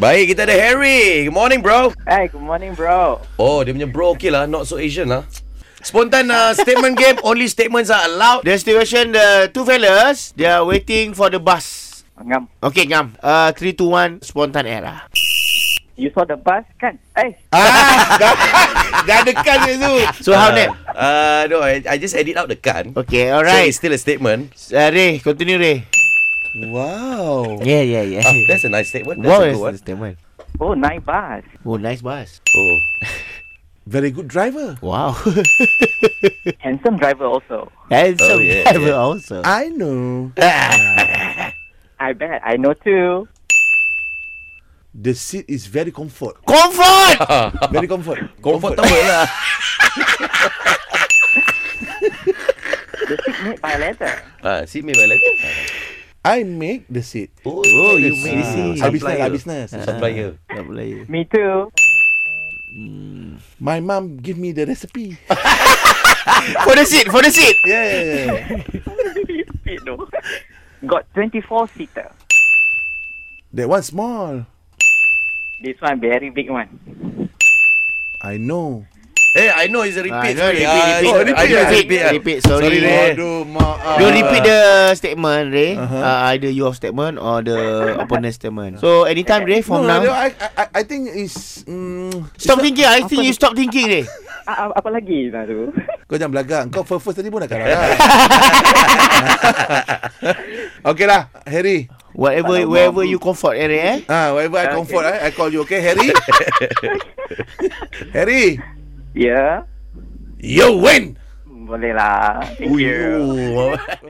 Baik, kita ada Harry. Good morning, bro. Hey, good morning, bro. Oh, dia punya bro okey lah. Not so Asian lah. Spontan uh, statement game. Only statements are allowed. The situation, the two fellas, they are waiting for the bus. Ngam, Okay, Ngam. Uh, 3, 2, 1, spontan era. you saw the bus kan? Hey, Ah, dah, dah dekat tu. So, how kan that? Uh, no, I, I just edit out the can. Okay, So alright. it's still a statement. Uh, Ray, continue Ray. Wow. Yeah, yeah, yeah. Ah, that's a nice statement. That's a Wow, good that's the one. statement. oh naik bus. Oh, nice bus. Oh. Very good driver. Wow. Handsome driver also. Handsome Oh, yeah, driver yeah. also. I know I bet I know too. the seat is very comfort. Comfort! Oh. Very comfort. Comfortable lah. The seat made by leather. Ah, see me by letter. I make the seat. Oh, Oh, you that's- made the seat. I business, I Supplier. Ah. business. Supplier. Tak boleh. Me too. My mom give me the recipe. For the seat, for the seat. Yeah. You know. Got 24 seater. that one small. This one very big one. I know. Eh, I know it's a repeat. Ah, no, sorry. Ah, repeat, repeat. oh, repeat, Repeat, ah, repeat, ah. repeat, sorry. Sorry, Ray. Aduh, maaf. You repeat the statement, Ray. Uh-huh. Uh, either your statement or the opponent statement. So anytime, Ray, from no, now. no, I, I, I- I think it's... Mm, Stop thinking. I think you stop thinking, Ray. Ah, ah, apa lagi nak tu? Kau jangan belagak. Kau first-first tadi pun dah kalah. okay lah, Harry. Whatever, wherever you comfort, eh, Ray, eh. Ah, wherever I Okay. comfort, I, I call you, okay, Harry? Harry, Ya, yeah, you win! boleh lah. Thank you. Ooh,